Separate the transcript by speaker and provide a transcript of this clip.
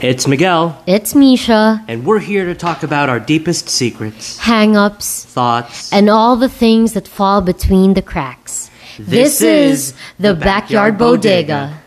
Speaker 1: It's Miguel,
Speaker 2: It's Misha,
Speaker 1: and we're here to talk about our deepest secrets,
Speaker 2: hang ups,
Speaker 1: thoughts,
Speaker 2: and all the things that fall between the cracks.
Speaker 1: This is The
Speaker 2: the
Speaker 1: Backyard
Speaker 2: Backyard Bodega.